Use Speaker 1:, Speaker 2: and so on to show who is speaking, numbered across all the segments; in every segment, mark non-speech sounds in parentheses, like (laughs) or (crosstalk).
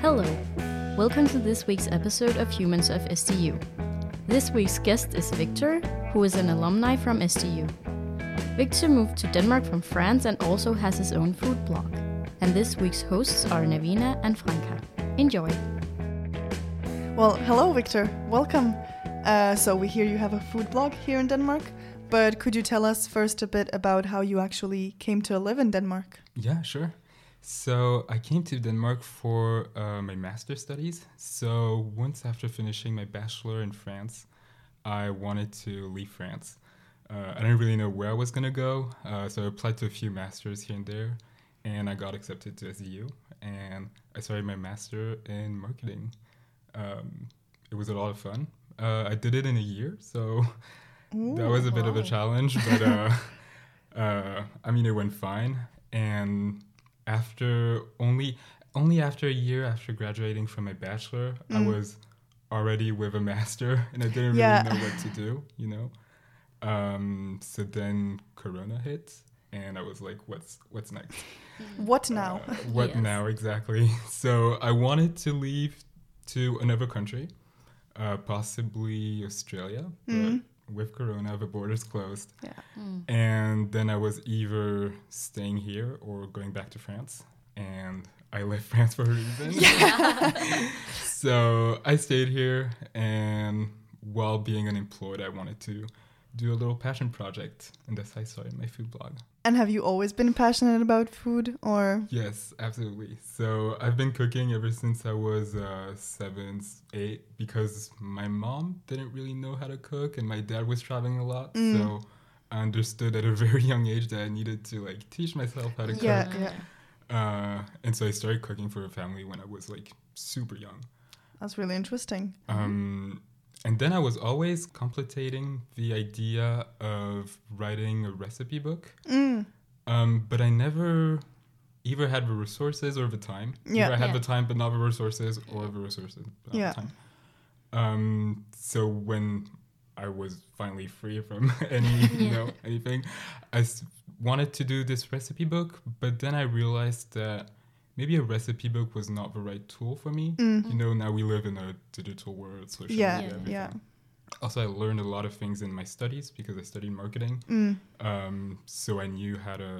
Speaker 1: Hello! Welcome to this week's episode of Humans of STU. This week's guest is Victor, who is an alumni from STU. Victor moved to Denmark from France and also has his own food blog. And this week's hosts are Navina and Franca. Enjoy!
Speaker 2: Well, hello, Victor. Welcome. Uh, so, we hear you have a food blog here in Denmark, but could you tell us first a bit about how you actually came to live in Denmark?
Speaker 3: Yeah, sure. So I came to Denmark for uh, my master's studies. So once after finishing my bachelor in France, I wanted to leave France. Uh, I didn't really know where I was gonna go, uh, so I applied to a few masters here and there, and I got accepted to SEU, and I started my master in marketing. Um, it was a lot of fun. Uh, I did it in a year, so (laughs) that was a bit of a challenge, but uh, (laughs) uh, I mean, it went fine. And after only only after a year after graduating from my bachelor, I was already with a master, (laughs) and I didn't
Speaker 2: Yeah.
Speaker 3: really know what to do, you know. Um, so then Corona hit, and I was like, "What's what's next?
Speaker 2: What now?
Speaker 3: Uh, what
Speaker 1: Yes.
Speaker 3: now exactly?" (laughs) So I wanted to leave to another country, uh, possibly Australia, but with Corona, the borders closed.
Speaker 2: Yeah.
Speaker 3: And then I was either staying here or going back to France. And I left (laughs) France for a reason. (laughs) so I stayed here. And while being unemployed, I wanted to do a little passion project. And that's how I started my food blog.
Speaker 2: And have you always been passionate about food or
Speaker 3: Yes, absolutely. So I've been cooking ever since I was uh, seven, s- eight, because my mom didn't really know how to cook, and my dad was traveling a lot. So I understood at a (laughs) very young age that I needed to like teach myself how to
Speaker 2: Yeah,
Speaker 3: cook.
Speaker 2: yeah.
Speaker 3: Uh, and so I started cooking for a family when I was like super young.
Speaker 2: That's really interesting.
Speaker 3: Um, and then I was always completing the idea of writing a recipe book.
Speaker 2: Mm,
Speaker 3: Um, but I never either had the resources or the time.
Speaker 2: Yeah.
Speaker 3: Either I had
Speaker 1: Yeah.
Speaker 3: the time, but not the resources, or the resources, but not
Speaker 2: Yeah.
Speaker 3: the time. Um, so when I was finally free from (laughs) any, you know, anything, I s- wanted to do this recipe book, but then I realized that maybe a recipe book was not the right tool for me. You know, now we live in a digital world, social
Speaker 2: Mm. Yeah,
Speaker 3: media, everything.
Speaker 2: yeah.
Speaker 3: Also, I learned a lot of things in my studies because I studied marketing.
Speaker 2: Mm,
Speaker 3: Um, so I knew how to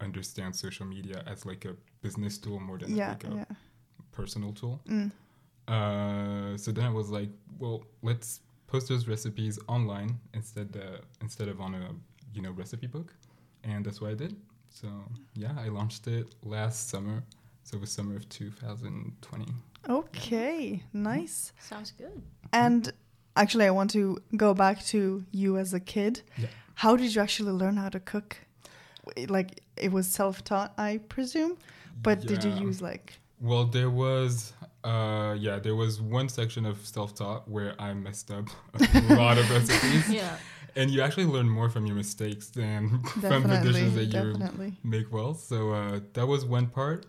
Speaker 3: understand social media as like a business tool more than
Speaker 2: Yeah,
Speaker 3: like a
Speaker 2: yeah. Mm.
Speaker 3: personal tool. Uh, so then I was like, well, let's post those recipes online instead uh, instead of on a you know recipe book, and that's what I did. So yeah, I launched it last summer. So it was summer of 2020.
Speaker 2: Okay, nice.
Speaker 1: Sounds
Speaker 2: (laughs)
Speaker 1: good.
Speaker 2: And actually, I want to go back to you as a kid.
Speaker 3: Yeah.
Speaker 2: How did you actually learn how to cook? W- Like, it was self taught, I presume, but did you
Speaker 3: Yeah.
Speaker 2: use like
Speaker 3: Well, there was, uh, yeah, there was one section of self-taught where I messed up a
Speaker 2: (laughs)
Speaker 3: lot of recipes,
Speaker 1: Yeah.
Speaker 3: and you actually learn more from your mistakes than (laughs) from the
Speaker 2: Definitely,
Speaker 3: dishes that you
Speaker 2: definitely.
Speaker 3: make well. So uh, that was one part,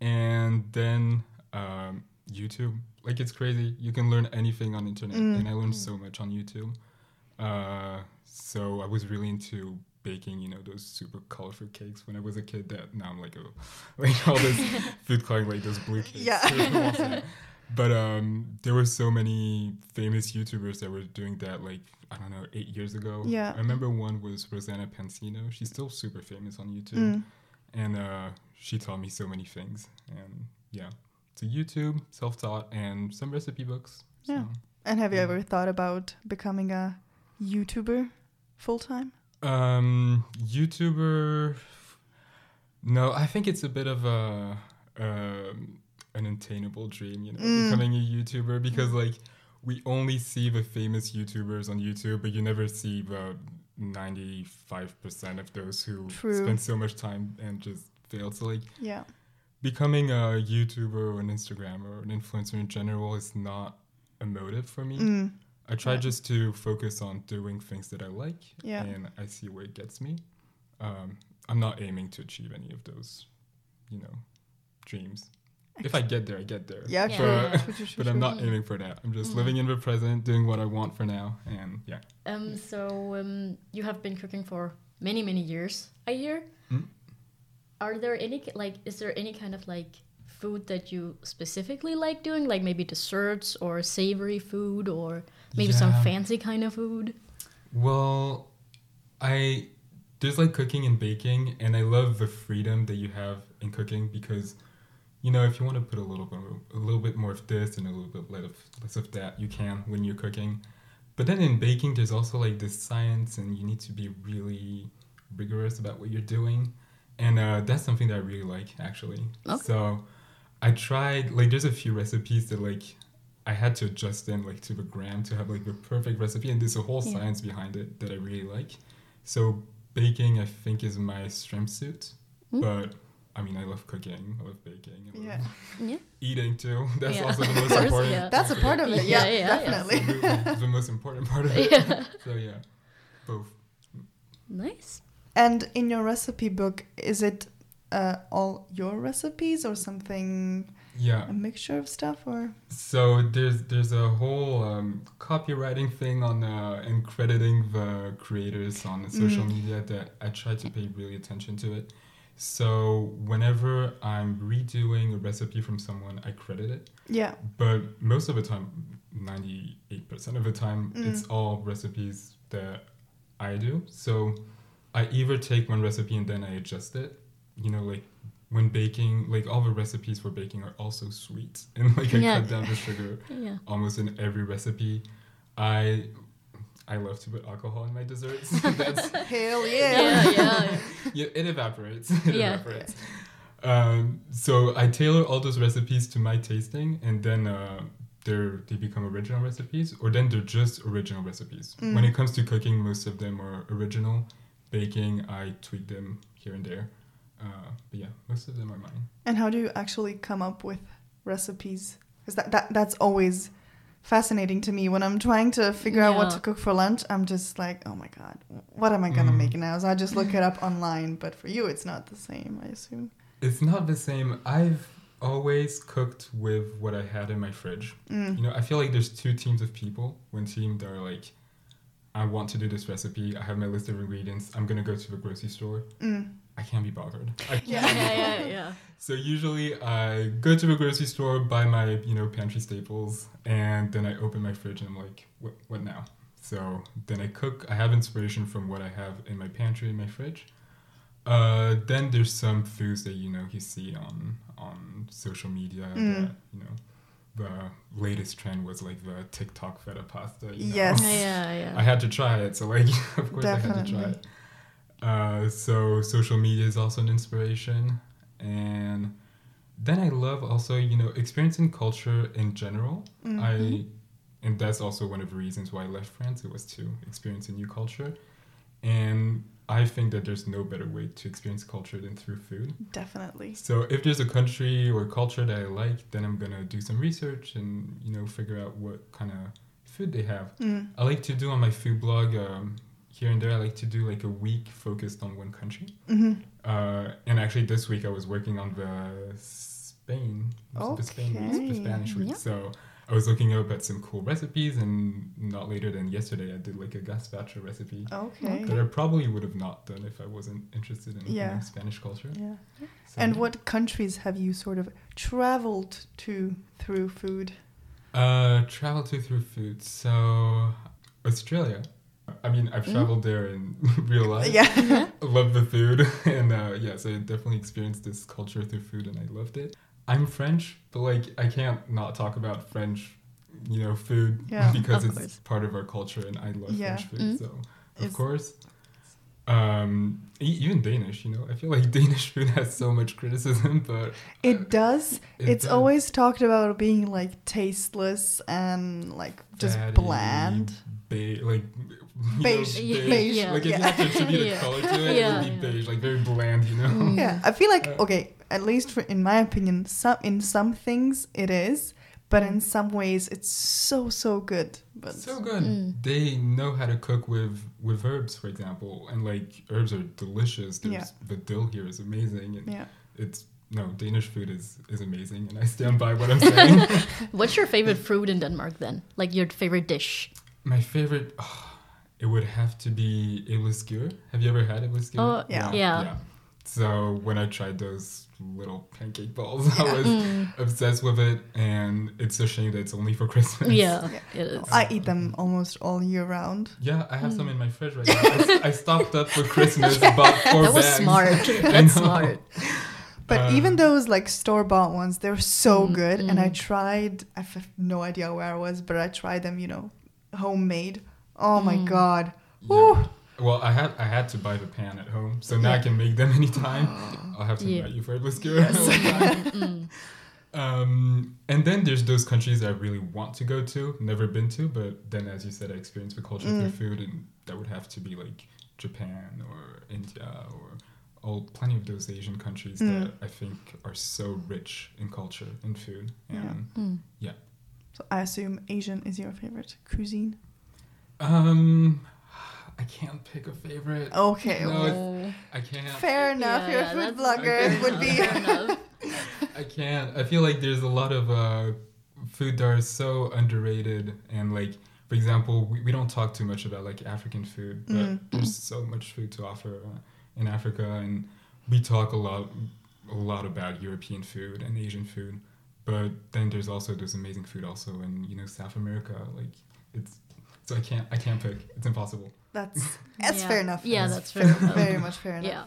Speaker 3: and then um, YouTube. Like it's crazy. You can learn anything on internet, and I learned so much on YouTube. Uh, so I was really into baking. You know those super colorful cakes when I was a kid. That now I'm like, oh, (laughs) like all this
Speaker 2: (laughs)
Speaker 3: food coloring, like those blue cakes. (laughs)
Speaker 2: Yeah. (laughs)
Speaker 3: but um, there were so many famous YouTubers that were doing that. Like I don't know, eight years ago.
Speaker 2: Yeah.
Speaker 3: I remember one was Rosanna Pansino. She's still super famous on YouTube,
Speaker 2: Mm.
Speaker 3: and uh, she taught me so many things. And yeah, so YouTube, self-taught, and some recipe books.
Speaker 2: Yeah.
Speaker 3: So.
Speaker 2: And have you ever thought about becoming a YouTuber full time?
Speaker 3: Um, YouTuber. No, I think it's a bit of a um, an attainable dream, you know, becoming a YouTuber because like we only see the famous YouTubers on YouTube, but you never see the ninety five percent of those who
Speaker 2: True.
Speaker 3: spend so much time and just fail. So like
Speaker 2: Yeah.
Speaker 3: becoming a YouTuber or an Instagrammer or an influencer in general is not a motive for me.
Speaker 2: Mm.
Speaker 3: I try just to focus on doing things that I like
Speaker 2: Yeah.
Speaker 3: and I see where it gets me. Um, I'm not aiming to achieve any of those, you know, dreams. If I get there, I get there.
Speaker 2: Yeah,
Speaker 1: Yeah.
Speaker 3: But,
Speaker 1: true,
Speaker 2: true, true, true,
Speaker 3: but I'm
Speaker 2: true. Mm.
Speaker 3: not aiming for that. I'm just living in the present, doing what I want for now. And yeah.
Speaker 1: Um, so um, you have been cooking for many,
Speaker 3: Hmm?
Speaker 1: many years, I hear. Are there any ki- like? Is there any kind of like food that you specifically like doing, like maybe desserts or savory food or maybe some
Speaker 3: Yeah.
Speaker 1: fancy kind of
Speaker 3: (laughs)
Speaker 1: food? (laughs)
Speaker 3: Well, I there's like cooking and baking, and I love the freedom that you have in cooking because, you know, if you want to put a little bit a little bit more of this and a little bit less of, less of that, you can when you're cooking. But then in baking, there's also like this science, and you need to be really rigorous about what you're doing, and uh, that's something that I really like actually.
Speaker 1: Okay.
Speaker 3: So, I tried like there's a few recipes that like I had to adjust them like to the gram to have like the perfect recipe, and there's a whole
Speaker 1: Yeah.
Speaker 3: science behind it that I really like. So baking, I think, is my strength suit,
Speaker 1: Mm.
Speaker 3: but I mean, I love cooking, I love baking, I love
Speaker 2: Yeah.
Speaker 1: Yeah.
Speaker 3: (laughs) eating too. That's
Speaker 1: Yeah. (laughs)
Speaker 3: also the
Speaker 1: Of
Speaker 3: most
Speaker 1: course,
Speaker 3: important.
Speaker 1: yeah.
Speaker 2: That's a part of it.
Speaker 1: Yeah,
Speaker 2: Yeah,
Speaker 1: yeah, yeah.
Speaker 2: definitely.
Speaker 3: Absolutely, the most important part of it.
Speaker 1: yeah.
Speaker 3: (laughs) So yeah, both.
Speaker 1: Nice.
Speaker 2: And in your recipe book, is it uh, all your recipes or something,
Speaker 3: Yeah.
Speaker 2: a mixture of stuff? Or
Speaker 3: So there's there's a whole um, copywriting thing on uh, and crediting the creators on social media that I try to pay really attention to it. So whenever I'm redoing a recipe from someone, I credit it.
Speaker 2: yeah,
Speaker 3: But most of the time, ninety eight percent of the time,
Speaker 2: Mm.
Speaker 3: it's all recipes that I do. So I either take one recipe and then I adjust it. You know, like when baking, like all the recipes for baking are also sweet, (laughs) and like I
Speaker 1: Yeah.
Speaker 3: cut down the sugar
Speaker 1: Yeah.
Speaker 3: almost in every recipe. I I love to put alcohol in my desserts. (laughs) That's
Speaker 2: hell
Speaker 1: Yeah, yeah.
Speaker 3: yeah, it evaporates. (laughs) It
Speaker 1: Yeah.
Speaker 3: evaporates. Um, so I tailor all those recipes to my tasting, and then uh, they're they become original recipes, or then they're just original recipes. When it comes to cooking, most of them are original. Baking, I tweak them here and there. Uh, but yeah, most of them are mine.
Speaker 2: And how do you actually come up with recipes? Because that, that that's always fascinating to me. When I'm trying to figure out what
Speaker 1: Yeah.
Speaker 2: to cook for lunch, I'm just like, oh my god, what am I gonna
Speaker 3: Mm.
Speaker 2: make now? So I just look
Speaker 1: (laughs)
Speaker 2: it up online. But for you, it's not the same, I assume.
Speaker 3: It's not the same. I've always cooked with what I had in my fridge.
Speaker 2: Mm.
Speaker 3: You know, I feel like there's two teams of people. One team that are like, I want to do this recipe. I have my list of ingredients. I'm gonna go to the grocery store.
Speaker 2: Mm.
Speaker 3: I can't be bothered. I can't.
Speaker 1: Yeah, yeah, yeah.
Speaker 3: So usually I go to the grocery store, buy my you know pantry staples, and then I open my fridge and I'm like, what, what now? So then I cook. I have inspiration from what I have in my pantry in my fridge. Uh, then there's some foods that you know you see on on social media
Speaker 2: Mm.
Speaker 3: that you know the latest trend was like the TikTok feta pasta. You know?
Speaker 2: Yes.
Speaker 1: Yeah, yeah.
Speaker 3: I had to try it, so like (laughs) of course I had to try
Speaker 2: Definitely.
Speaker 3: it. Uh, so social media is also an inspiration, and then I love also you know experiencing culture in general. I and that's also one of the reasons why I left France. It was to experience a new culture, and I think that there's no better way to experience culture than through food.
Speaker 2: Definitely.
Speaker 3: So if there's a country or culture that I like, then I'm gonna do some research and you know figure out what kind of food they have.
Speaker 2: Mm.
Speaker 3: I like to do on my food blog um, here and there. I like to do like a week focused on one country.
Speaker 2: hmm
Speaker 3: Uh, and actually, this week I was working on the Spain, the Spain week, the
Speaker 2: Okay.
Speaker 3: Spanish week.
Speaker 1: Yeah.
Speaker 3: So I was looking up at some cool recipes, and not later than yesterday, I did like a gazpacho recipe
Speaker 2: Okay.
Speaker 3: that I probably would have not done if I wasn't interested in you know,
Speaker 2: Yeah.
Speaker 3: Spanish culture.
Speaker 2: Yeah.
Speaker 3: So,
Speaker 2: And
Speaker 3: yeah.
Speaker 2: what countries have you sort of traveled to through food?
Speaker 3: Uh, travel to through food. So Australia. I mean, I've
Speaker 1: Mm.
Speaker 3: traveled there in (laughs) real life.
Speaker 2: Hmm? Yeah.
Speaker 1: yeah.
Speaker 3: love the food (laughs) and uh, yeah so i definitely experienced this culture through food and i loved it i'm french but like i can't not talk about french you know food
Speaker 2: Yeah,
Speaker 3: because
Speaker 1: of
Speaker 3: it's
Speaker 1: course.
Speaker 3: part of our culture and i love
Speaker 2: Yeah. mm-hmm.
Speaker 3: french food
Speaker 1: Mm.
Speaker 3: so of
Speaker 2: It's-
Speaker 3: course um e- even danish you know i feel like (laughs) danish food has so much criticism but
Speaker 2: It does.
Speaker 3: it
Speaker 2: it's
Speaker 3: does.
Speaker 2: always talked about being like tasteless and like just
Speaker 3: Fatty,
Speaker 2: bland.
Speaker 3: Ba- like (laughs) you
Speaker 2: Beige.
Speaker 3: know,
Speaker 1: Yeah,
Speaker 3: beige.
Speaker 1: yeah.
Speaker 3: like if you
Speaker 2: Yeah. Mm-hmm.
Speaker 3: have to attribute
Speaker 1: Yeah.
Speaker 3: a color to it,
Speaker 1: Yeah,
Speaker 3: it would be
Speaker 1: yeah.
Speaker 3: beige, like very bland, you know.
Speaker 1: Mm.
Speaker 2: (laughs) Yeah, I feel like
Speaker 3: Uh,
Speaker 2: okay. At least for, in my opinion, some in some things it is, but in some ways it's so so good. But
Speaker 3: so good.
Speaker 1: Mm.
Speaker 3: They know how to cook with with herbs, for example, and like herbs are delicious. There's the dill here is amazing, and
Speaker 2: yeah,
Speaker 3: it's no Danish food is is amazing, and I stand by what I'm saying. (laughs)
Speaker 1: What's your favorite fruit in Denmark then? Like your favorite dish?
Speaker 3: My favorite, ah, oh, it would have to be it was skewer. Have you ever had it was skewer?
Speaker 1: Oh,
Speaker 2: Yeah.
Speaker 1: yeah.
Speaker 3: So when I tried those little pancake balls, (laughs) I was obsessed with it, and it's a shame that it's only for Christmas.
Speaker 1: Yeah,
Speaker 2: Yeah.
Speaker 1: it is.
Speaker 2: I eat them almost all year round.
Speaker 3: Yeah, I have some
Speaker 1: Hmm.
Speaker 3: in my fridge right now. I s- I stocked up for
Speaker 1: (laughs)
Speaker 3: Christmas about four
Speaker 1: That was
Speaker 3: bags. (laughs)
Speaker 1: smart. That's smart.
Speaker 2: But
Speaker 3: Uh,
Speaker 2: even those like store bought ones, they're so
Speaker 1: Mm,
Speaker 2: good. And I tried, I have no idea where I was, but I tried them, you know, homemade. Oh my
Speaker 1: Mm.
Speaker 2: god.
Speaker 3: Yeah.
Speaker 2: Ooh.
Speaker 3: Well, I had I had to buy the pan at home, so now I
Speaker 2: Yeah.
Speaker 3: can make them (laughs)
Speaker 1: (gasps)
Speaker 3: anytime. I'll have to
Speaker 1: Yeah.
Speaker 3: invite you for a Blitzkrieg.
Speaker 1: Oh,
Speaker 3: (laughs) um, and then there's those countries that I really want to go to, never been to, but then as you said, I experienced the culture
Speaker 1: Mm.
Speaker 3: through food, and that would have to be like Japan or India or all plenty of those Asian countries
Speaker 1: Mm.
Speaker 3: that I think are so rich in culture and food.
Speaker 2: Yeah.
Speaker 3: And yeah.
Speaker 2: So I assume Asian is your favorite cuisine.
Speaker 3: Um, I can't pick a favorite.
Speaker 2: Okay.
Speaker 3: No,
Speaker 2: well,
Speaker 3: it's- I can't.
Speaker 2: Fair enough. You're
Speaker 1: yeah,
Speaker 2: a food
Speaker 1: that's-
Speaker 2: blogger.
Speaker 3: okay.
Speaker 1: (laughs)
Speaker 2: It would be.
Speaker 1: Fair enough.
Speaker 3: I can't. I feel like there's a lot of uh, food that are so underrated, and like, for example, we, we don't talk too much about like African food, but there's so much food to offer uh, in Africa, and we talk a lot, a lot about European food and Asian food, but then there's also there's amazing food also in you know South America, like it's. So I can't. I can't pick. It's impossible.
Speaker 1: (laughs)
Speaker 2: That's (laughs) that's
Speaker 1: Yeah.
Speaker 2: fair enough.
Speaker 1: Yeah, that's fair enough. (laughs)
Speaker 2: Very much fair enough.
Speaker 1: Yeah.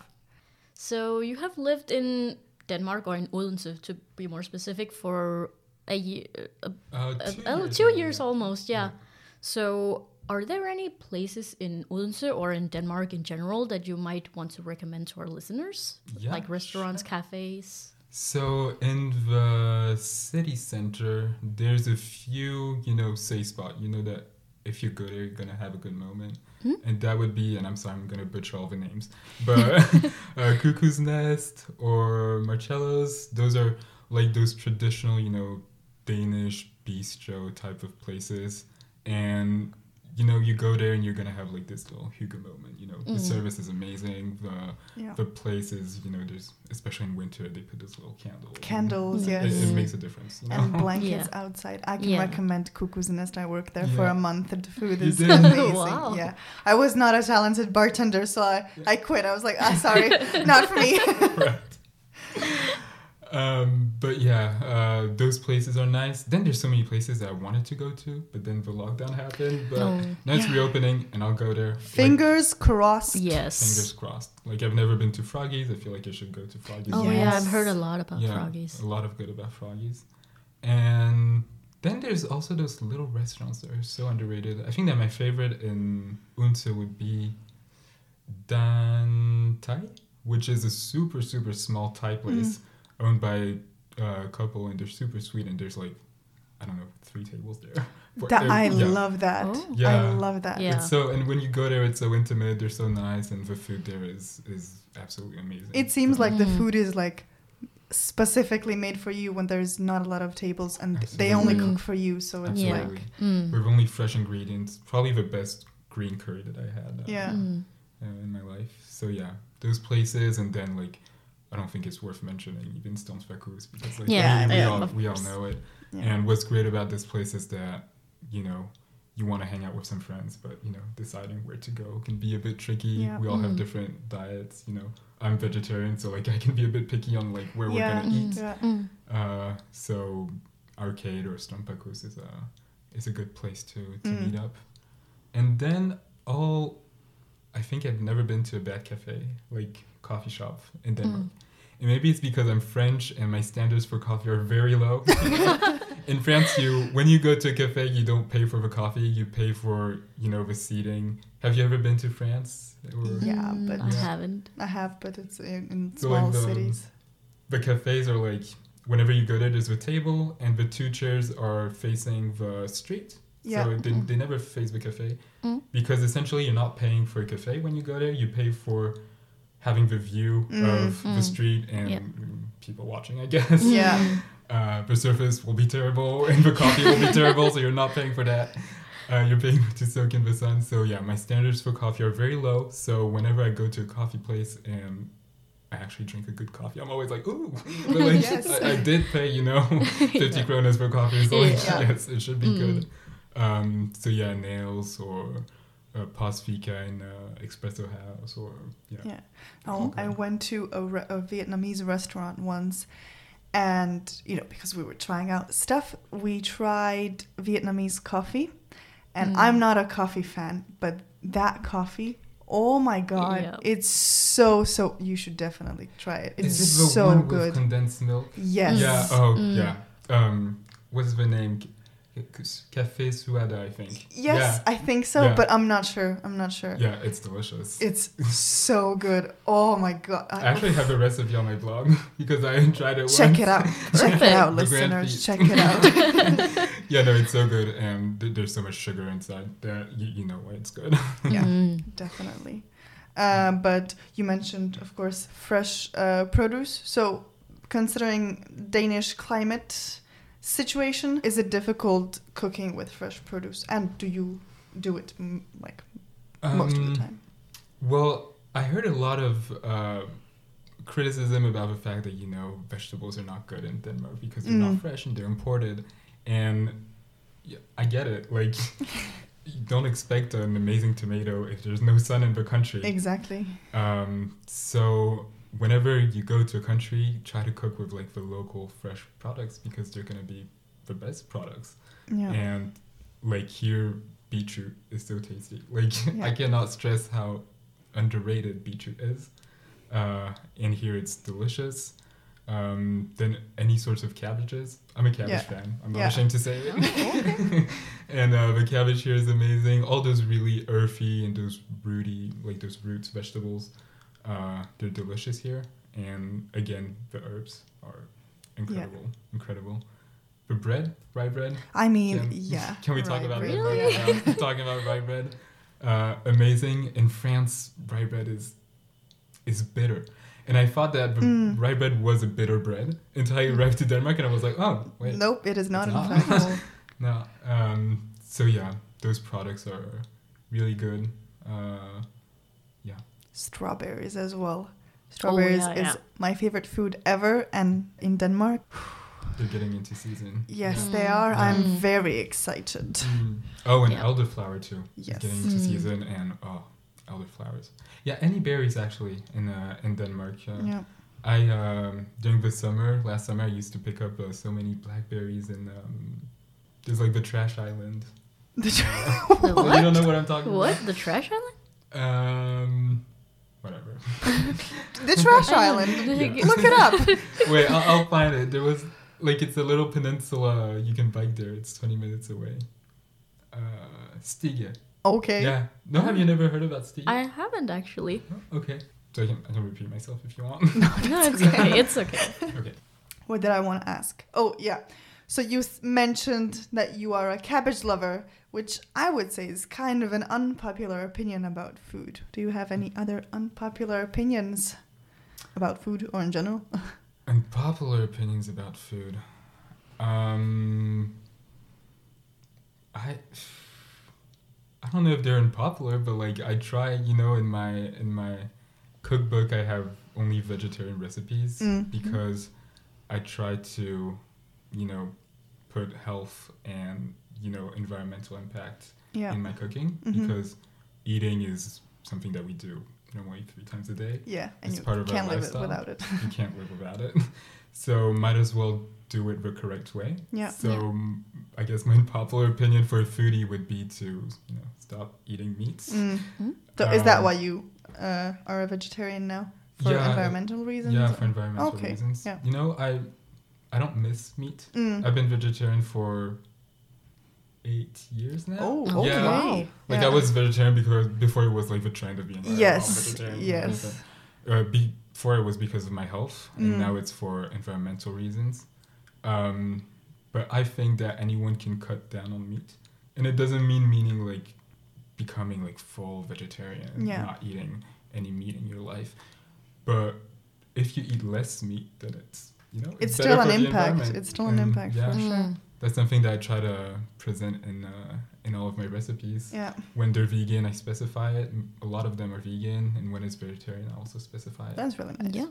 Speaker 1: So you have lived in Denmark or in Odense, to be more specific, for a year, a,
Speaker 3: Uh,
Speaker 1: a,
Speaker 3: two
Speaker 1: oh,
Speaker 3: years
Speaker 1: two
Speaker 3: now,
Speaker 1: years
Speaker 3: yeah.
Speaker 1: almost, yeah. So are there any places in Odense or in Denmark in general that you might want to recommend to our listeners,
Speaker 3: Yeah,
Speaker 1: like restaurants, cafes?
Speaker 3: So in the city center, there's a few, you know, safe spot. You know that if you go there, you're gonna have a good moment, and that would be. And I'm sorry, I'm gonna butcher all the names, but (laughs) uh, Cuckoo's Nest or Marcello's. Those are like those traditional, you know, Danish bistro type of places, and you know, you go there and you're gonna have like this little Hugo moment. You know, the service is amazing. The
Speaker 2: Yeah.
Speaker 3: the places, you know, there's especially in winter they put those little candles.
Speaker 2: Candles,
Speaker 3: It,
Speaker 2: yes.
Speaker 3: it makes a difference. You know? (laughs)
Speaker 2: And blankets
Speaker 1: Yeah.
Speaker 2: outside. I can
Speaker 1: Yeah.
Speaker 2: recommend Cuckoo's Nest. I worked there for
Speaker 3: Yeah.
Speaker 2: a month
Speaker 3: (laughs)
Speaker 2: and the food
Speaker 3: You
Speaker 2: is
Speaker 3: did?
Speaker 1: (laughs)
Speaker 2: amazing.
Speaker 1: Wow.
Speaker 2: Yeah. I was not a talented bartender, so I, I quit. I was like, ah,
Speaker 1: (laughs)
Speaker 2: sorry, not for
Speaker 3: (laughs)
Speaker 2: me.
Speaker 3: right. Um, but yeah, uh, those places are nice. Then there's so many places that I wanted to go to, but then the lockdown happened. But
Speaker 1: Oh.
Speaker 3: now it's
Speaker 2: Yeah.
Speaker 3: reopening, and I'll go there. Like,
Speaker 2: Fingers crossed.
Speaker 1: Yes.
Speaker 3: fingers crossed. Like I've never been to Froggies. I feel like I should go to Froggies.
Speaker 1: Oh
Speaker 3: more.
Speaker 1: yeah,
Speaker 2: Yes.
Speaker 1: I've heard a lot about
Speaker 3: yeah,
Speaker 1: froggies.
Speaker 3: A lot of good about froggies. And then there's also those little restaurants that are so underrated. I think that my favorite in Unse would be Dan Thai, which is a super, super small
Speaker 2: Mm.
Speaker 3: Thai place owned by uh, a couple, and they're super sweet. And there's like, I don't know, three tables
Speaker 2: (laughs)
Speaker 3: there. for
Speaker 2: That,
Speaker 3: every-
Speaker 2: I
Speaker 3: yeah.
Speaker 2: love that.
Speaker 1: Oh.
Speaker 3: Yeah.
Speaker 2: I love that.
Speaker 1: Yeah.
Speaker 3: It's so, and when you go there, it's so intimate. They're so nice, and the food there is is absolutely amazing.
Speaker 2: It seems
Speaker 3: So-
Speaker 2: like the food is like specifically made for you when there's not a lot of tables and they only
Speaker 1: Absolutely.
Speaker 2: cook for you. So it's
Speaker 1: Yeah. Mm.
Speaker 2: like,
Speaker 3: Absolutely. With only fresh ingredients, probably the best green curry that I had uh,
Speaker 2: yeah.
Speaker 1: Mm.
Speaker 3: uh, in my life. So yeah, those places, and then like, I don't think it's worth mentioning even Stones Fakus because like
Speaker 1: Yeah,
Speaker 3: we, we
Speaker 1: yeah,
Speaker 3: all
Speaker 1: of
Speaker 3: we all
Speaker 1: course.
Speaker 3: know it.
Speaker 2: Yeah.
Speaker 3: And what's great about this place is that you know you want to hang out with some friends, but you know deciding where to go can be a bit tricky.
Speaker 2: Yeah.
Speaker 3: We all
Speaker 1: Mm-hmm.
Speaker 3: have different diets. You know, I'm vegetarian, so like I can be a bit picky on like where we're gonna eat.
Speaker 2: Yeah.
Speaker 1: Mm.
Speaker 3: Uh, so arcade or Stompacus is a is a good place to to meet up. And then all, I think I've never been to a bad cafe like coffee shop in Denmark. And maybe it's because I'm French and my standards for coffee are very low. (laughs) in France, you when you go to a cafe, you don't pay for the coffee; you pay for you know the seating. Have you ever been to France? Or-
Speaker 2: Yeah, but-
Speaker 1: Mm, I
Speaker 3: Yeah.
Speaker 1: haven't.
Speaker 2: I have, but it's in, in
Speaker 3: So, like,
Speaker 2: small
Speaker 3: the-
Speaker 2: cities.
Speaker 3: the cafes are like whenever you go there there's a table and the two chairs are facing the street
Speaker 2: Yeah.
Speaker 3: so they, they never face the cafe because essentially you're not paying for a cafe when you go there you pay for having the view of the street and
Speaker 1: Yeah.
Speaker 3: mm, people watching i guess
Speaker 1: Mm.
Speaker 2: Yeah.
Speaker 3: uh, the surface will be terrible (laughs) and the coffee will be terrible so you're not paying for that uh, you're paying (laughs) to soak in the sun so yeah my standards for coffee are very low so whenever i go to a coffee place and i actually drink a good coffee i'm always like ooh (laughs) but like,
Speaker 2: Yes.
Speaker 3: I, I did pay you know 50 kronas for coffee so like,
Speaker 1: Yeah.
Speaker 3: yes it should be good um, so yeah nails or uh, Paz Vika in uh, Expresso House or yeah.
Speaker 2: Yeah. Oh, I went to a, re- a Vietnamese restaurant once, and you know, because we were trying out stuff, we tried Vietnamese coffee, and I'm not a coffee fan, but that coffee, oh my god,
Speaker 1: Yeah.
Speaker 2: it's so so. You should definitely try it. It's
Speaker 3: Is this the
Speaker 2: so
Speaker 3: one
Speaker 2: good.
Speaker 3: with condensed milk?
Speaker 2: yes.
Speaker 3: Yeah. Oh,
Speaker 1: Mm.
Speaker 3: yeah. Um, what's the name? C- c- Cafe Suada, I think.
Speaker 2: Yes, I think so,
Speaker 3: Yeah.
Speaker 2: but I'm not sure. I'm not sure.
Speaker 3: Yeah. Yeah, it's delicious.
Speaker 2: It's so good. Oh my god. I-
Speaker 3: I actually have a recipe on my blog (laughs) because I tried it
Speaker 2: check
Speaker 3: once.
Speaker 2: it
Speaker 3: (laughs)
Speaker 2: out. (laughs) Check it out,
Speaker 3: The grand
Speaker 2: listeners.
Speaker 3: feast.
Speaker 2: Check it
Speaker 3: (laughs)
Speaker 2: out. (laughs)
Speaker 3: Yeah, no, it's so good, and th- there's so much sugar inside that you, you know why it's good.
Speaker 2: Yeah.
Speaker 1: Mm.
Speaker 2: (laughs) Definitely. Um, but you mentioned, of course, fresh uh, produce. So, considering Danish climate situation, is it difficult cooking with fresh produce? And do you do it mm, like most of
Speaker 3: Um,
Speaker 2: the time?
Speaker 3: Well, I heard a lot of uh, criticism about the fact that you know vegetables are not good in Denmark because they're
Speaker 2: Mm.
Speaker 3: not fresh and they're imported, and yeah, I get it. Like, (laughs) you don't expect an amazing tomato if there's no sun in the country.
Speaker 2: Exactly.
Speaker 3: Um, so whenever you go to a country, try to cook with like the local fresh products because they're gonna be the best products.
Speaker 2: Yeah.
Speaker 3: And like here, beetroot is so tasty. (laughs) Like
Speaker 2: Yeah.
Speaker 3: I cannot stress how underrated beetroot is. Uh, and here it's delicious. Um, then any sorts of cabbages. I'm a cabbage
Speaker 2: Yeah.
Speaker 3: fan. I'm not
Speaker 2: Yeah. Oh,
Speaker 3: ashamed to say it. (laughs) and uh, the cabbage here is amazing. All those really earthy and those rooty, like those roots vegetables, uh, they're delicious here. And again, the herbs are incredible, incredible. The bread, rye bread,
Speaker 2: I mean,
Speaker 3: can-
Speaker 2: yeah.
Speaker 3: can we talk
Speaker 2: right,
Speaker 3: about
Speaker 2: right.
Speaker 3: that? right now? talking about rye
Speaker 2: (laughs)
Speaker 3: bread, uh, amazing. In France, rye bread is is bitter, and I thought that the
Speaker 2: Mm.
Speaker 3: rye bread was a bitter bread until I arrived to Denmark, and I was like, oh wait, no.
Speaker 2: Nope, it is not
Speaker 3: It's
Speaker 2: in
Speaker 3: not.
Speaker 2: fact. all-
Speaker 3: Um, so yeah, those products are really good. Uh,
Speaker 2: strawberries as well. Strawberries
Speaker 1: yeah,
Speaker 2: is
Speaker 1: yeah.
Speaker 2: my favorite food ever, and in Denmark,
Speaker 3: they're getting into season.
Speaker 2: yes,
Speaker 1: Yeah.
Speaker 2: they are. I'm
Speaker 1: Mm.
Speaker 2: very excited.
Speaker 3: Mm. Oh, and
Speaker 1: Yeah.
Speaker 3: elderflower too.
Speaker 2: Yes.
Speaker 3: Getting into
Speaker 1: Mm.
Speaker 3: season and oh, elderflowers. Yeah, any berries actually in uh, in Denmark. Uh,
Speaker 2: Yeah.
Speaker 3: I um, during the summer last summer I used to pick up uh, so many blackberries and um, there's like the trash island.
Speaker 1: The
Speaker 3: Well,
Speaker 1: what?
Speaker 3: you don't know what I'm talking
Speaker 1: What? The trash island?
Speaker 3: about. Um, whatever. (laughs)
Speaker 2: the
Speaker 1: (laughs)
Speaker 2: trash island. Look it up.
Speaker 3: Wait, I'll, I'll find it. There was like it's a little peninsula. You can bike there. It's 20 minutes away. Uh, Stige.
Speaker 2: Okay.
Speaker 3: Yeah. No, have you never heard about Stige?
Speaker 1: I haven't
Speaker 2: (laughs)
Speaker 1: actually.
Speaker 3: Okay. So I can, I can repeat myself if you want. (laughs)
Speaker 1: No, it's okay. It's okay.
Speaker 3: okay.
Speaker 2: What did I want to ask? Oh, yeah. So you s- mentioned that you are a cabbage lover, which I would say is kind of an unpopular opinion about food. Do you have any other unpopular opinions about food or in general? (laughs)
Speaker 3: Unpopular opinions about food. Um, I I don't know if they're unpopular, but like I try, you know, in my in my cookbook, I have only vegetarian recipes
Speaker 2: Mm.
Speaker 3: because I try to, you know, put health and you know environmental impact
Speaker 2: Yeah.
Speaker 3: in my cooking
Speaker 2: Mhm.
Speaker 3: because eating is something that we do normally three times a day
Speaker 2: Yeah, and
Speaker 3: It's
Speaker 2: you
Speaker 3: part of our
Speaker 2: can't live
Speaker 3: lifestyle.
Speaker 2: it without it. (laughs)
Speaker 3: you can't live without it. (laughs) So might as well do it the correct way.
Speaker 2: Yeah.
Speaker 3: So mm, I guess my (laughs) popular opinion for a foodie would be to you know stop eating meats.
Speaker 2: Mm. So is that
Speaker 3: Um,
Speaker 2: why you uh, are a vegetarian now? For
Speaker 3: yeah,
Speaker 2: environmental reasons?
Speaker 3: Yeah, for environmental
Speaker 2: Okay,
Speaker 3: reasons.
Speaker 2: yeah.
Speaker 3: You know, I I don't miss meat.
Speaker 2: Mm.
Speaker 3: I've been vegetarian for eight years now.
Speaker 2: Oh,
Speaker 1: Yeah.
Speaker 2: okay.
Speaker 1: Wow.
Speaker 3: Like
Speaker 2: Yeah.
Speaker 3: I was vegetarian because before it was like the trend of being like, "Oh, I'm
Speaker 2: Yes,
Speaker 3: vegetarian.
Speaker 2: yes.
Speaker 3: Uh, before it was because of my health,
Speaker 2: Mm.
Speaker 3: and now it's for environmental reasons. Um, but I think that anyone can cut down on meat, and it doesn't mean meaning like becoming like full vegetarian, and
Speaker 2: Yeah.
Speaker 3: not eating any meat in your life. But if you eat less meat, then it's you know
Speaker 2: It's
Speaker 3: better
Speaker 2: still
Speaker 3: for
Speaker 2: an
Speaker 3: the
Speaker 2: impact.
Speaker 3: environment.
Speaker 2: It's still an
Speaker 3: And,
Speaker 2: impact
Speaker 3: yeah,
Speaker 2: (laughs) for sure.
Speaker 1: Mm.
Speaker 3: that's something that I try to present in uh, in all of my recipes
Speaker 2: Yeah.
Speaker 3: when they're vegan, I specify it. M- A lot of them are vegan, and when it's vegetarian, I also specify it.
Speaker 2: That's really nice.
Speaker 1: Yeah.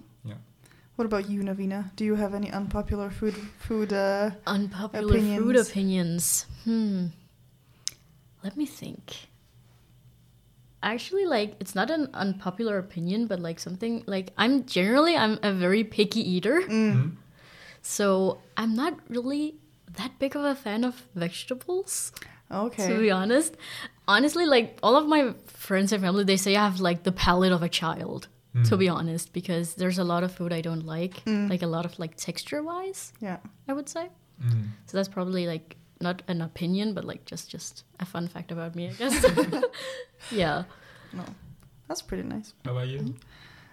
Speaker 2: What about you, Navina? Do you have any unpopular food food uh,
Speaker 1: Unpopular food
Speaker 2: Opinions.
Speaker 1: opinions. Hmm. Let me think. actually like it's not an unpopular opinion, but like something like I'm generally I'm a very picky eater.
Speaker 3: Mhm.
Speaker 1: So I'm not really that big of a fan of vegetables,
Speaker 2: Okay.
Speaker 1: to be honest. Honestly, like all of my friends and family, they say I have like the palate of a child, to be honest, because there's a lot of food I don't like, like a lot of like texture wise,
Speaker 2: yeah.
Speaker 1: I would say.
Speaker 3: Mm.
Speaker 1: So that's probably like not an opinion, but like just just a fun fact about me, I guess. yeah.
Speaker 2: No. That's pretty nice.
Speaker 3: How about you?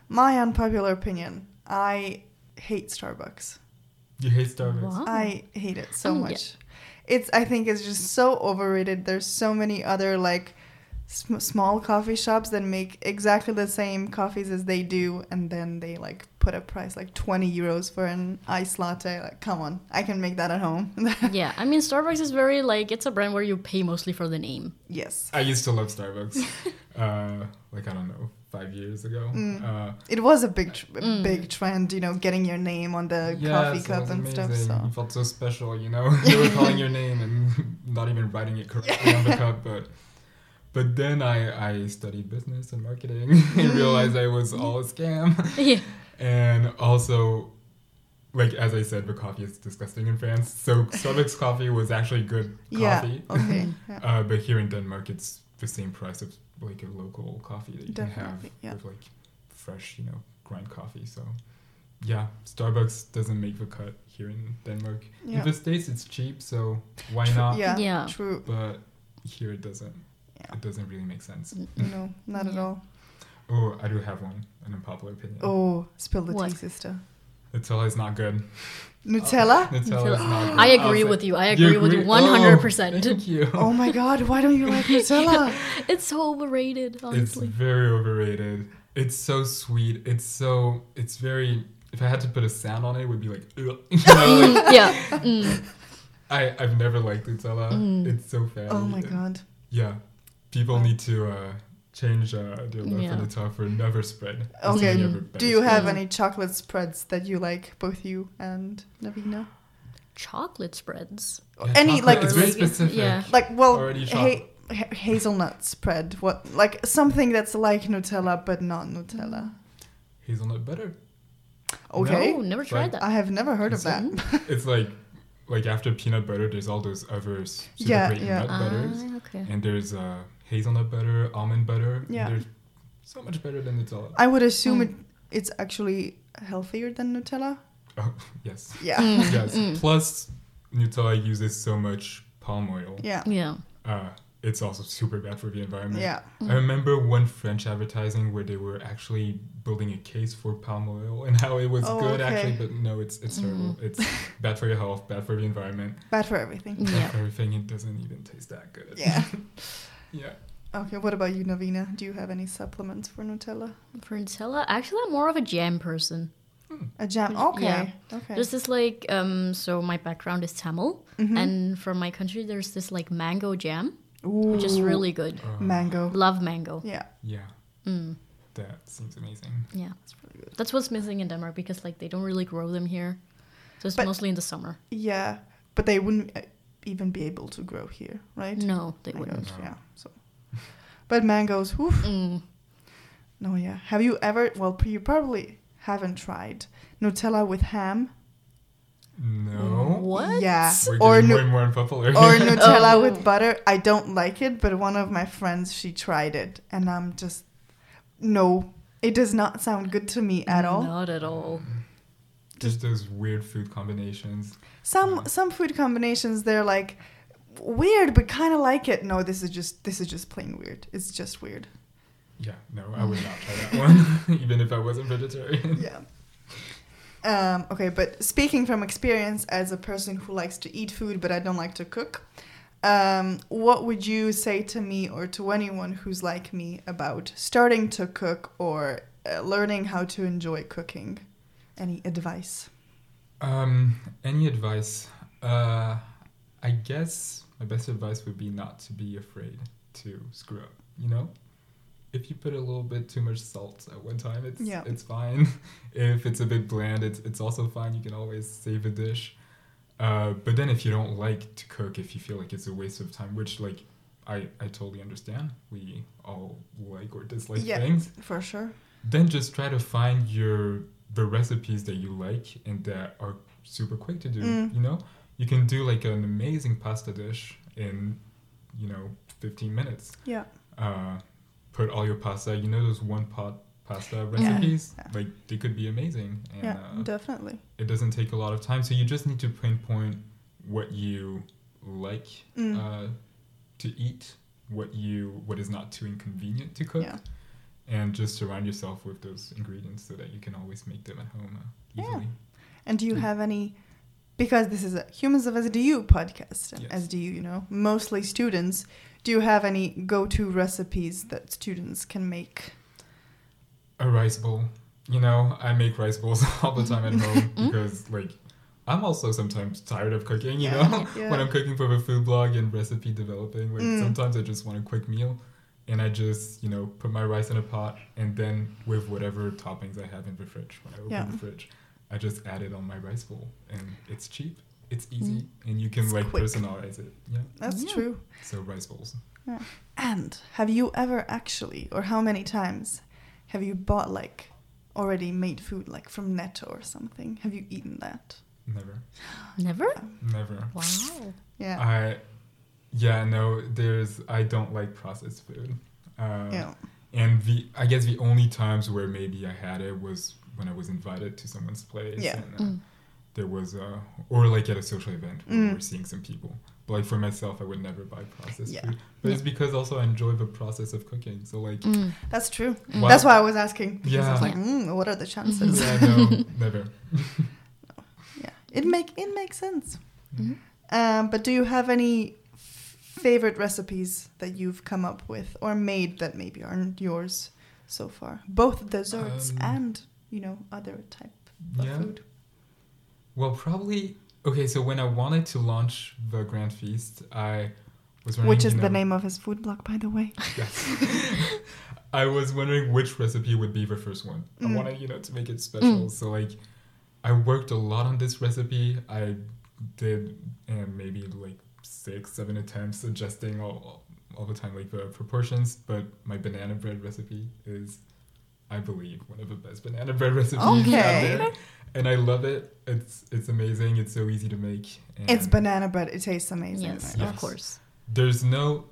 Speaker 2: My unpopular opinion. I hate Starbucks.
Speaker 3: You hate Starbucks.
Speaker 1: Wow.
Speaker 2: I hate it so
Speaker 1: Oh, yeah.
Speaker 2: much. It's I think it's just so overrated. There's so many other like sm- small coffee shops that make exactly the same coffees as they do and then they like put a price like 20 euros for an iced latte. Like come on. I can make that at home. (laughs)
Speaker 1: Yeah. I mean Starbucks is very like it's a brand where you pay mostly for the name. (laughs)
Speaker 2: yes.
Speaker 3: I used to love
Speaker 2: (laughs)
Speaker 3: Starbucks. uh, like I don't know, five years ago.
Speaker 2: Mm.
Speaker 3: Uh,
Speaker 2: It was a big tr- a
Speaker 1: Mm.
Speaker 2: big trend, you know, getting your name on the
Speaker 3: yeah,
Speaker 2: coffee
Speaker 3: so it
Speaker 2: cup
Speaker 3: was
Speaker 2: and stuff
Speaker 3: amazing.
Speaker 2: so.
Speaker 3: you felt so special, you know. (laughs) they were calling your name and (laughs) not even writing it correctly
Speaker 2: (laughs)
Speaker 3: on the cup, but. But then I, I studied business and marketing (laughs)
Speaker 2: Mm.
Speaker 3: and realized I was all a scam.
Speaker 1: yeah.
Speaker 3: And also, like as I said, the coffee is disgusting in France. So Starbucks coffee was actually good (laughs)
Speaker 2: Yeah.
Speaker 3: coffee.
Speaker 2: Okay. Yeah.
Speaker 3: Uh, but here in Denmark, it's the same price of like a local coffee that you
Speaker 2: Definitely,
Speaker 3: can have
Speaker 2: yeah.
Speaker 3: with like fresh, you know, grind coffee. So yeah, Starbucks doesn't make the cut here in Denmark.
Speaker 2: Yeah.
Speaker 3: In the States, it's cheap, so why
Speaker 2: Tru-
Speaker 3: not?
Speaker 2: Yeah.
Speaker 1: Yeah.
Speaker 3: (laughs)
Speaker 2: True.
Speaker 3: But here it doesn't.
Speaker 2: Yeah. Mm.
Speaker 3: It doesn't really make sense.
Speaker 2: No, not at
Speaker 1: Yeah.
Speaker 2: all.
Speaker 3: Oh, I do have one, an unpopular opinion.
Speaker 2: Oh, spill the
Speaker 1: What?
Speaker 2: tea, sister.
Speaker 3: Uh, Nutella is not
Speaker 2: (laughs)
Speaker 3: good.
Speaker 2: Nutella?
Speaker 3: Nutella is not good.
Speaker 1: I agree
Speaker 3: I'll
Speaker 1: with
Speaker 3: say-
Speaker 1: you. I agree with you
Speaker 3: Oh, agree?
Speaker 1: 100%.
Speaker 3: (laughs) Oh, thank you.
Speaker 2: oh my god, why don't you like Nutella?
Speaker 1: It's so overrated,
Speaker 3: It's
Speaker 1: honestly.
Speaker 3: very overrated. It's so sweet. It's so. It's very. If I had to put a sound on it, it would be like. (laughs) Ugh. You
Speaker 2: (laughs)
Speaker 3: know, like,
Speaker 1: Mm, yeah. Mm.
Speaker 3: I I've never liked Nutella.
Speaker 1: Mm.
Speaker 3: It's so fatty.
Speaker 2: oh my god.
Speaker 3: Yeah, people need to uh, change uh, their love
Speaker 1: Yeah.
Speaker 3: for Nutella for never spread. It's
Speaker 2: Okay,
Speaker 3: never been
Speaker 2: Do you have
Speaker 1: Mm.
Speaker 2: any chocolate spreads that you like, both you and Navina?
Speaker 1: Chocolate spreads.
Speaker 3: spread.
Speaker 2: any,
Speaker 3: chocolate-
Speaker 2: like,
Speaker 3: It's very
Speaker 1: like,
Speaker 3: specific.
Speaker 1: yeah.
Speaker 2: Like, well,
Speaker 3: Already
Speaker 2: ha- ha- hazelnut spread. What, like something that's like Nutella but not Nutella?
Speaker 3: Hazelnut butter.
Speaker 2: Okay,
Speaker 1: No, never
Speaker 3: Like-
Speaker 1: tried that.
Speaker 2: I have never heard of that.
Speaker 3: It's like like after peanut butter, there's all those other s- super
Speaker 2: Yeah,
Speaker 3: great
Speaker 2: yeah.
Speaker 3: nut butters.
Speaker 1: Ah, okay.
Speaker 3: And there's uh, hazelnut butter, almond butter.
Speaker 2: Yeah.
Speaker 3: They're so much better than Nutella.
Speaker 2: I would assume
Speaker 1: Mm.
Speaker 2: it, it's actually healthier than Nutella.
Speaker 3: Oh, yes.
Speaker 2: Yeah,
Speaker 1: Mm,
Speaker 3: Yes.
Speaker 1: mm.
Speaker 3: Plus, Nutella uses so much palm oil.
Speaker 2: yeah,
Speaker 1: Yeah.
Speaker 3: Uh, it's also super bad for the environment.
Speaker 2: yeah.
Speaker 3: I remember one French advertising where they were actually building a case for palm oil and how it was
Speaker 2: Oh,
Speaker 3: good
Speaker 2: okay. Mm-hmm.
Speaker 3: actually, but no, it's it's terrible.
Speaker 2: (laughs)
Speaker 3: It's bad for your health, bad for the environment,
Speaker 2: Bad for everything.
Speaker 3: bad (laughs)
Speaker 1: Yeah.
Speaker 3: for everything. It doesn't even taste that good.
Speaker 2: Yeah. (laughs)
Speaker 3: yeah.
Speaker 2: Okay, what about you, Navina? Do you have any supplements for Nutella?
Speaker 1: For Nutella, actually, I'm more of a jam person.
Speaker 2: A jam?
Speaker 1: Mm,
Speaker 2: Okay. Okay.
Speaker 1: There's this like, um, so my background is Tamil,
Speaker 2: Mhm.
Speaker 1: and from my country, there's this like mango jam,
Speaker 2: Ooh,
Speaker 1: which is really good.
Speaker 3: Uh,
Speaker 2: mango.
Speaker 1: Love mango.
Speaker 2: Yeah.
Speaker 3: Yeah.
Speaker 1: Mm,
Speaker 3: That seems amazing.
Speaker 1: yeah. That's what's missing in Denmark because like they don't really grow them here. So it's
Speaker 2: But-
Speaker 1: mostly in the summer.
Speaker 2: Yeah, but they wouldn't uh, even be able to grow here, right?
Speaker 1: No, they
Speaker 2: Mangoes,
Speaker 1: wouldn't.
Speaker 2: Yeah. So, but mangoes. Oof.
Speaker 1: Mm.
Speaker 2: No, yeah. Have you ever? Well, you probably haven't tried Nutella with ham.
Speaker 3: No.
Speaker 1: What?
Speaker 2: Yeah.
Speaker 3: We're
Speaker 2: Mm. Or
Speaker 3: getting
Speaker 2: nu-
Speaker 3: more and more unpopular.
Speaker 2: or
Speaker 1: (laughs)
Speaker 2: Nutella
Speaker 1: Oh.
Speaker 2: with butter. I don't like it, but one of my friends she tried it, and I'm just no. It does not sound good to me at all.
Speaker 1: Not at all.
Speaker 3: (laughs) Just those weird food combinations. Mm.
Speaker 2: Some some food combinations they're like weird, but kind of like it. No, this is just this is just plain weird. It's just
Speaker 3: (laughs)
Speaker 2: weird.
Speaker 3: Yeah, no, I would not try that one, (laughs) even if I wasn't vegetarian.
Speaker 2: yeah. Um, okay, but speaking from experience as a person who likes to eat food but I don't like to cook, um, what would you say to me or to anyone who's like me about starting to cook or uh, learning how to enjoy cooking? Any advice?
Speaker 3: Um, any advice? Uh, I guess my best advice would be not to be afraid to screw up. You know, if you put a little bit too much salt at one time, it's
Speaker 2: Yeah.
Speaker 3: it's fine. (laughs) if it's a bit bland, it's it's also fine. You can always save a dish. Uh, but then if you don't like to cook, if you feel like it's a waste of time, which like I, I totally understand. We all like or dislike
Speaker 2: Yeah.
Speaker 3: things.
Speaker 2: for sure.
Speaker 3: Then just try to find your the recipes that you like and that are super quick to do.
Speaker 2: Mm.
Speaker 3: You know, you can do like an amazing pasta dish in, you know, fifteen minutes.
Speaker 2: Yeah.
Speaker 3: Uh, put all your pasta. You know those one pot pasta recipes.
Speaker 2: Yeah.
Speaker 3: Like they could be amazing. And,
Speaker 2: Yeah,
Speaker 3: uh,
Speaker 2: definitely.
Speaker 3: it doesn't take a lot of time. So you just need to pinpoint what you like
Speaker 2: Mm.
Speaker 3: uh, to eat, what you what is not too inconvenient to cook,
Speaker 2: Yeah.
Speaker 3: and just surround yourself with those ingredients so that you can always make them at home uh,
Speaker 2: Yeah.
Speaker 3: easily.
Speaker 2: And do you
Speaker 3: Mm.
Speaker 2: have any? Because this is a Humans of SDU podcast, and
Speaker 3: Yes.
Speaker 2: SDU, you know, mostly students. Do you have any go-to recipes that students can make?
Speaker 3: A rice bowl. You know, I make rice bowls (laughs) all the time at
Speaker 2: Mm-hmm.
Speaker 3: home because like I'm also sometimes tired of cooking, you
Speaker 2: Yeah.
Speaker 3: know,
Speaker 2: Yeah.
Speaker 3: (laughs) when I'm cooking for the food blog and recipe developing, like
Speaker 2: Mm.
Speaker 3: sometimes I just want a quick meal and I just, you know, put my rice in a pot and then with whatever toppings I have in the fridge, when I open
Speaker 2: Yeah.
Speaker 3: the fridge, I just add it on my rice bowl and it's cheap, it's easy, and you can
Speaker 2: Mm. It's
Speaker 3: like
Speaker 2: quick.
Speaker 3: personalize it. Yeah.
Speaker 2: That's
Speaker 1: Yeah.
Speaker 2: true.
Speaker 3: So rice bowls.
Speaker 2: And have you ever actually, or how many times, have you bought like already made food, like from Netto or something? Have you eaten that?
Speaker 3: Never.
Speaker 1: Never?
Speaker 3: Never.
Speaker 1: Wow.
Speaker 2: Yeah.
Speaker 3: I yeah, no, there's I don't like processed food. Uh,
Speaker 2: yeah.
Speaker 3: And the I guess the only times where maybe I had it was when I was invited to someone's place.
Speaker 2: Yeah.
Speaker 3: And, uh,
Speaker 1: Mm.
Speaker 3: There was uh or like at a social event where
Speaker 2: Mm.
Speaker 3: we were seeing some people. But like for myself, I would never buy processed
Speaker 2: Yeah.
Speaker 3: food. But it's because also I enjoy the process of cooking. So like
Speaker 1: Mm.
Speaker 2: That's true.
Speaker 3: Wow.
Speaker 2: That's why I was asking. Because I was
Speaker 3: Yeah.
Speaker 2: like, mm, what are the chances?
Speaker 3: yeah,
Speaker 1: (laughs)
Speaker 3: no, never.
Speaker 2: Yeah, (laughs) it make it makes sense.
Speaker 1: Mhm.
Speaker 2: Um, but do you have any f- favorite recipes that you've come up with or made that maybe aren't yours so far? Both desserts
Speaker 3: Um,
Speaker 2: and you know other type of
Speaker 3: Yeah.
Speaker 2: food.
Speaker 3: Well, probably okay. So when I wanted to launch the grand feast, I um, was wondering,
Speaker 2: Which
Speaker 3: you
Speaker 2: is the
Speaker 3: know,
Speaker 2: name of his food blog, by the
Speaker 3: (laughs)
Speaker 2: way.
Speaker 3: Yes. (laughs) I was wondering which recipe would be the first one.
Speaker 2: Mm.
Speaker 3: I wanted, you know, to make it special. So like, I worked a lot on this recipe. I did uh, maybe like six, seven attempts, adjusting all all the time, like the proportions. But my banana bread recipe is, I believe, one of the best banana bread recipes
Speaker 2: Okay.
Speaker 3: out there. And I love it. It's it's amazing. It's so easy to make. And
Speaker 2: It's banana bread. It tastes amazing.
Speaker 1: Yes,
Speaker 2: right?
Speaker 1: of
Speaker 3: Yes.
Speaker 1: course.
Speaker 3: there's no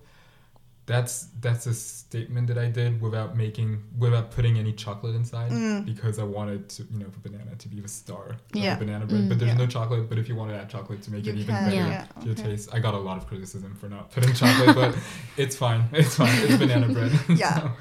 Speaker 3: that's that's a statement that I did without making without putting any chocolate inside
Speaker 2: Mm.
Speaker 3: because I wanted to you know the banana to be the star of
Speaker 2: Yeah.
Speaker 3: the banana bread
Speaker 1: Mm.
Speaker 3: but there's
Speaker 2: Yeah.
Speaker 3: no chocolate but if you want to add chocolate to make
Speaker 2: You
Speaker 3: it even
Speaker 2: can,
Speaker 3: better
Speaker 1: yeah,
Speaker 3: to your
Speaker 2: okay.
Speaker 3: taste I got a lot of criticism for not putting chocolate
Speaker 2: (laughs)
Speaker 3: but it's fine it's fine it's banana bread
Speaker 2: Yeah.
Speaker 3: (laughs) So,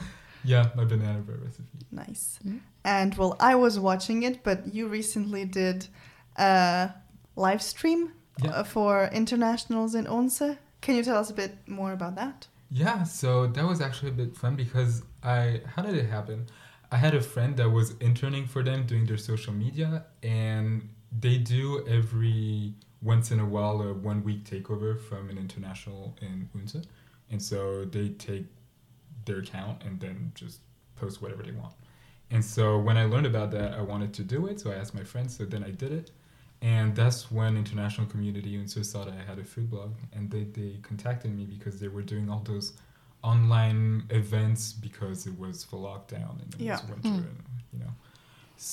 Speaker 3: yeah my banana bread recipe
Speaker 2: Nice.
Speaker 1: Mm.
Speaker 2: And well, I was watching it, but you recently did a live stream
Speaker 3: Yeah.
Speaker 2: uh, for internationals in Once. Can you tell us a bit more about that?
Speaker 3: Yeah, so that was actually a bit fun because I how did it happen? I had a friend that was interning for them doing their social media and they do every once in a while a one week takeover from an international in Unze. And so they take their account and then just post whatever they want. And so when I learned about that, I wanted to do it, so I asked my friends, so then I did it. And that's when international community UNSU saw that I had a food blog, and they, they contacted me because they were doing all those online events because it was the lockdown and it
Speaker 2: Yeah.
Speaker 3: was winter,
Speaker 1: Mm.
Speaker 3: and, you know.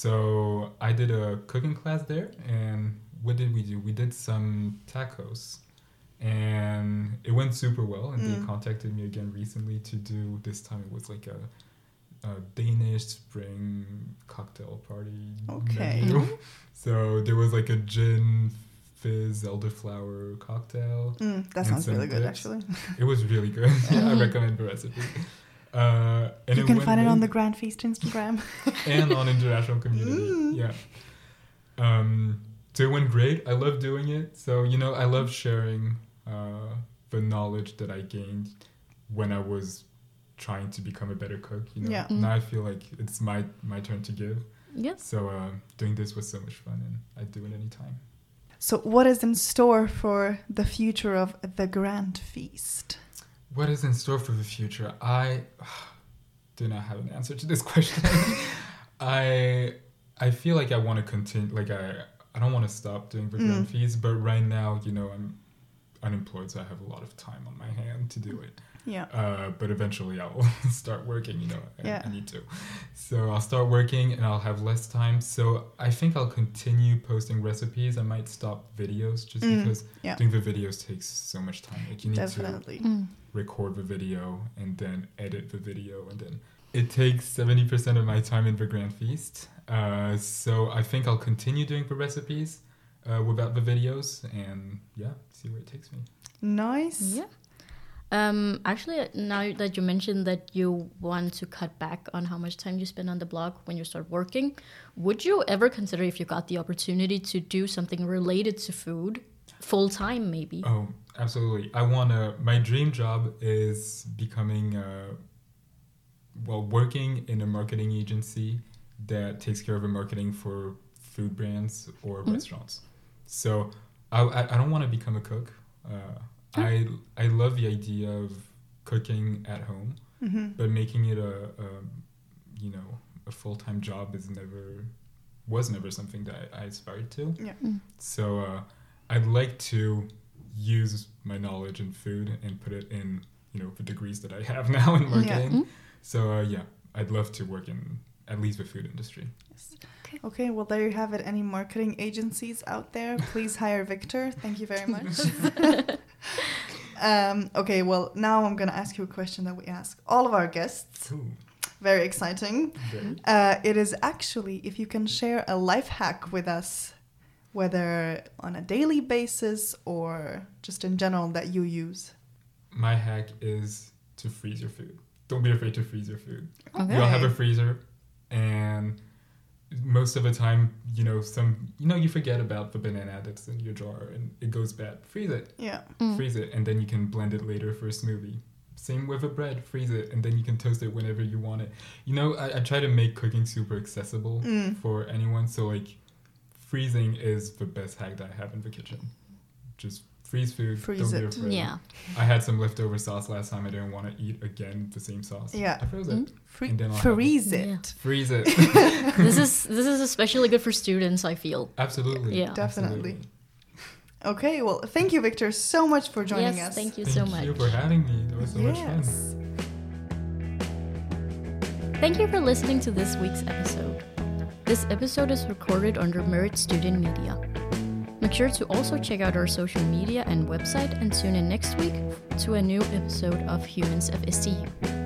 Speaker 3: So I did a cooking class there, and what did we do? We did some tacos, and it went super well. And
Speaker 2: Mm.
Speaker 3: they contacted me again recently to do this time. It was like a a Danish spring cocktail party.
Speaker 2: Okay. Mm-hmm.
Speaker 3: menu. (laughs) so there was like a gin fizz elderflower cocktail.
Speaker 2: Mm, that
Speaker 3: And
Speaker 2: sounds really
Speaker 3: some
Speaker 2: good,
Speaker 3: dips.
Speaker 2: actually. (laughs)
Speaker 3: It was really good. (laughs) yeah, I recommend the recipe. Uh, and
Speaker 2: Mm-hmm. you
Speaker 3: it
Speaker 2: can
Speaker 3: went
Speaker 2: find it on the
Speaker 3: amazing.
Speaker 2: Grand Feast
Speaker 3: (laughs)
Speaker 2: Instagram.
Speaker 3: and on international community.
Speaker 2: Mm.
Speaker 3: Yeah. Um, so it went great. I love doing it. So you know, I love sharing uh, the knowledge that I gained when I was trying to become a better cook. You know,
Speaker 2: Yeah.
Speaker 1: Mm.
Speaker 3: now I feel like it's my my turn to give.
Speaker 1: Yes.
Speaker 3: So uh, doing this was so much fun, and I'd do it anytime.
Speaker 2: so, what is in store for the future of the Grand Feast?
Speaker 3: What is in store for the future? I (sighs) do not have an answer to this (laughs) question. I I feel like I want to continue. Like I I don't want to stop doing the
Speaker 2: Mm.
Speaker 3: grand fees, but right now, you know, I'm unemployed, so I have a lot of time on my hand to do it.
Speaker 2: Yeah.
Speaker 3: Uh, but eventually, I'll (laughs) start working. You know, I,
Speaker 2: Yeah.
Speaker 3: I need to. So I'll start working, and I'll have less time. So I think I'll continue posting recipes. I might stop videos just
Speaker 2: Mm,
Speaker 3: because
Speaker 2: yeah.
Speaker 3: doing the videos takes so much time. Like you need to
Speaker 2: Definitely.
Speaker 1: Mm.
Speaker 3: record the video and then edit the video and then it takes 70% of my time in the grand feast uh, so i think i'll continue doing the recipes uh, without the videos and yeah see where it takes me
Speaker 2: Nice.
Speaker 1: Yeah. Um, actually, uh, now that you mentioned that you want to cut back on how much time you spend on the blog when you start working, would you ever consider if you got the opportunity to do something related to food full time, maybe?
Speaker 3: oh absolutely i want to my dream job is becoming uh, well working in a marketing agency that takes care of the marketing for food brands or
Speaker 1: Mhm.
Speaker 3: restaurants so i, I I don't want to become a cook uh, I, I love the idea of cooking at home
Speaker 2: hmm
Speaker 3: but making it a, a you know a full-time job is never was never something that i aspired to
Speaker 2: Yeah.
Speaker 1: Mm.
Speaker 3: so uh, i'd like to use my knowledge in food and put it in you know the degrees that i have (laughs) now in marketing
Speaker 1: Mm.
Speaker 3: so uh, yeah i'd love to work in at least the food industry
Speaker 2: Okay, well, there you have it. Any marketing agencies out there, please hire Victor. Thank you very
Speaker 1: (laughs)
Speaker 2: much. (laughs) um, okay, well, now I'm going to ask you a question that we ask all of our guests.
Speaker 3: Ooh,
Speaker 2: Very exciting.
Speaker 3: very-
Speaker 2: Uh, it is actually if you can share a life hack with us, whether on a daily basis or just in general that you use.
Speaker 3: my hack is to freeze your food don't be afraid to freeze your food
Speaker 1: Okay.
Speaker 3: We all have a freezer, and most of the time, you know, some you know you forget about the banana that's in your drawer and it goes bad. Freeze it,
Speaker 2: Yeah.
Speaker 1: Mm.
Speaker 3: freeze it, and then you can blend it later for a smoothie. Same with the bread, freeze it, and then you can toast it whenever you want it. You know, I, I try to make cooking super accessible
Speaker 2: Mm.
Speaker 3: for anyone. So like, freezing is the best hack that I have in the kitchen. Just freeze food.
Speaker 2: Freeze
Speaker 3: don't be
Speaker 2: it.
Speaker 3: afraid.
Speaker 1: Yeah.
Speaker 3: I had some leftover sauce last time. I didn't want to eat again the same sauce.
Speaker 2: Yeah. Mm.
Speaker 3: I froze it.
Speaker 2: Free-
Speaker 3: And then I'll have it.
Speaker 2: freeze it.
Speaker 1: Yeah.
Speaker 3: Freeze it. (laughs)
Speaker 1: this is this is especially good for students, I feel.
Speaker 3: Absolutely.
Speaker 1: Yeah.
Speaker 2: Definitely. Okay, well, thank you, Victor, so much for joining
Speaker 1: yes,
Speaker 2: us.
Speaker 1: thank you
Speaker 3: Thank
Speaker 1: so
Speaker 3: you
Speaker 1: much.
Speaker 3: for having me. That was so much fun.
Speaker 2: yes.
Speaker 1: Thank you for listening to this week's episode. This episode is recorded under Merit Student Media. Make sure to also check out our social media and website and tune in next week to a new episode of Humans of STU.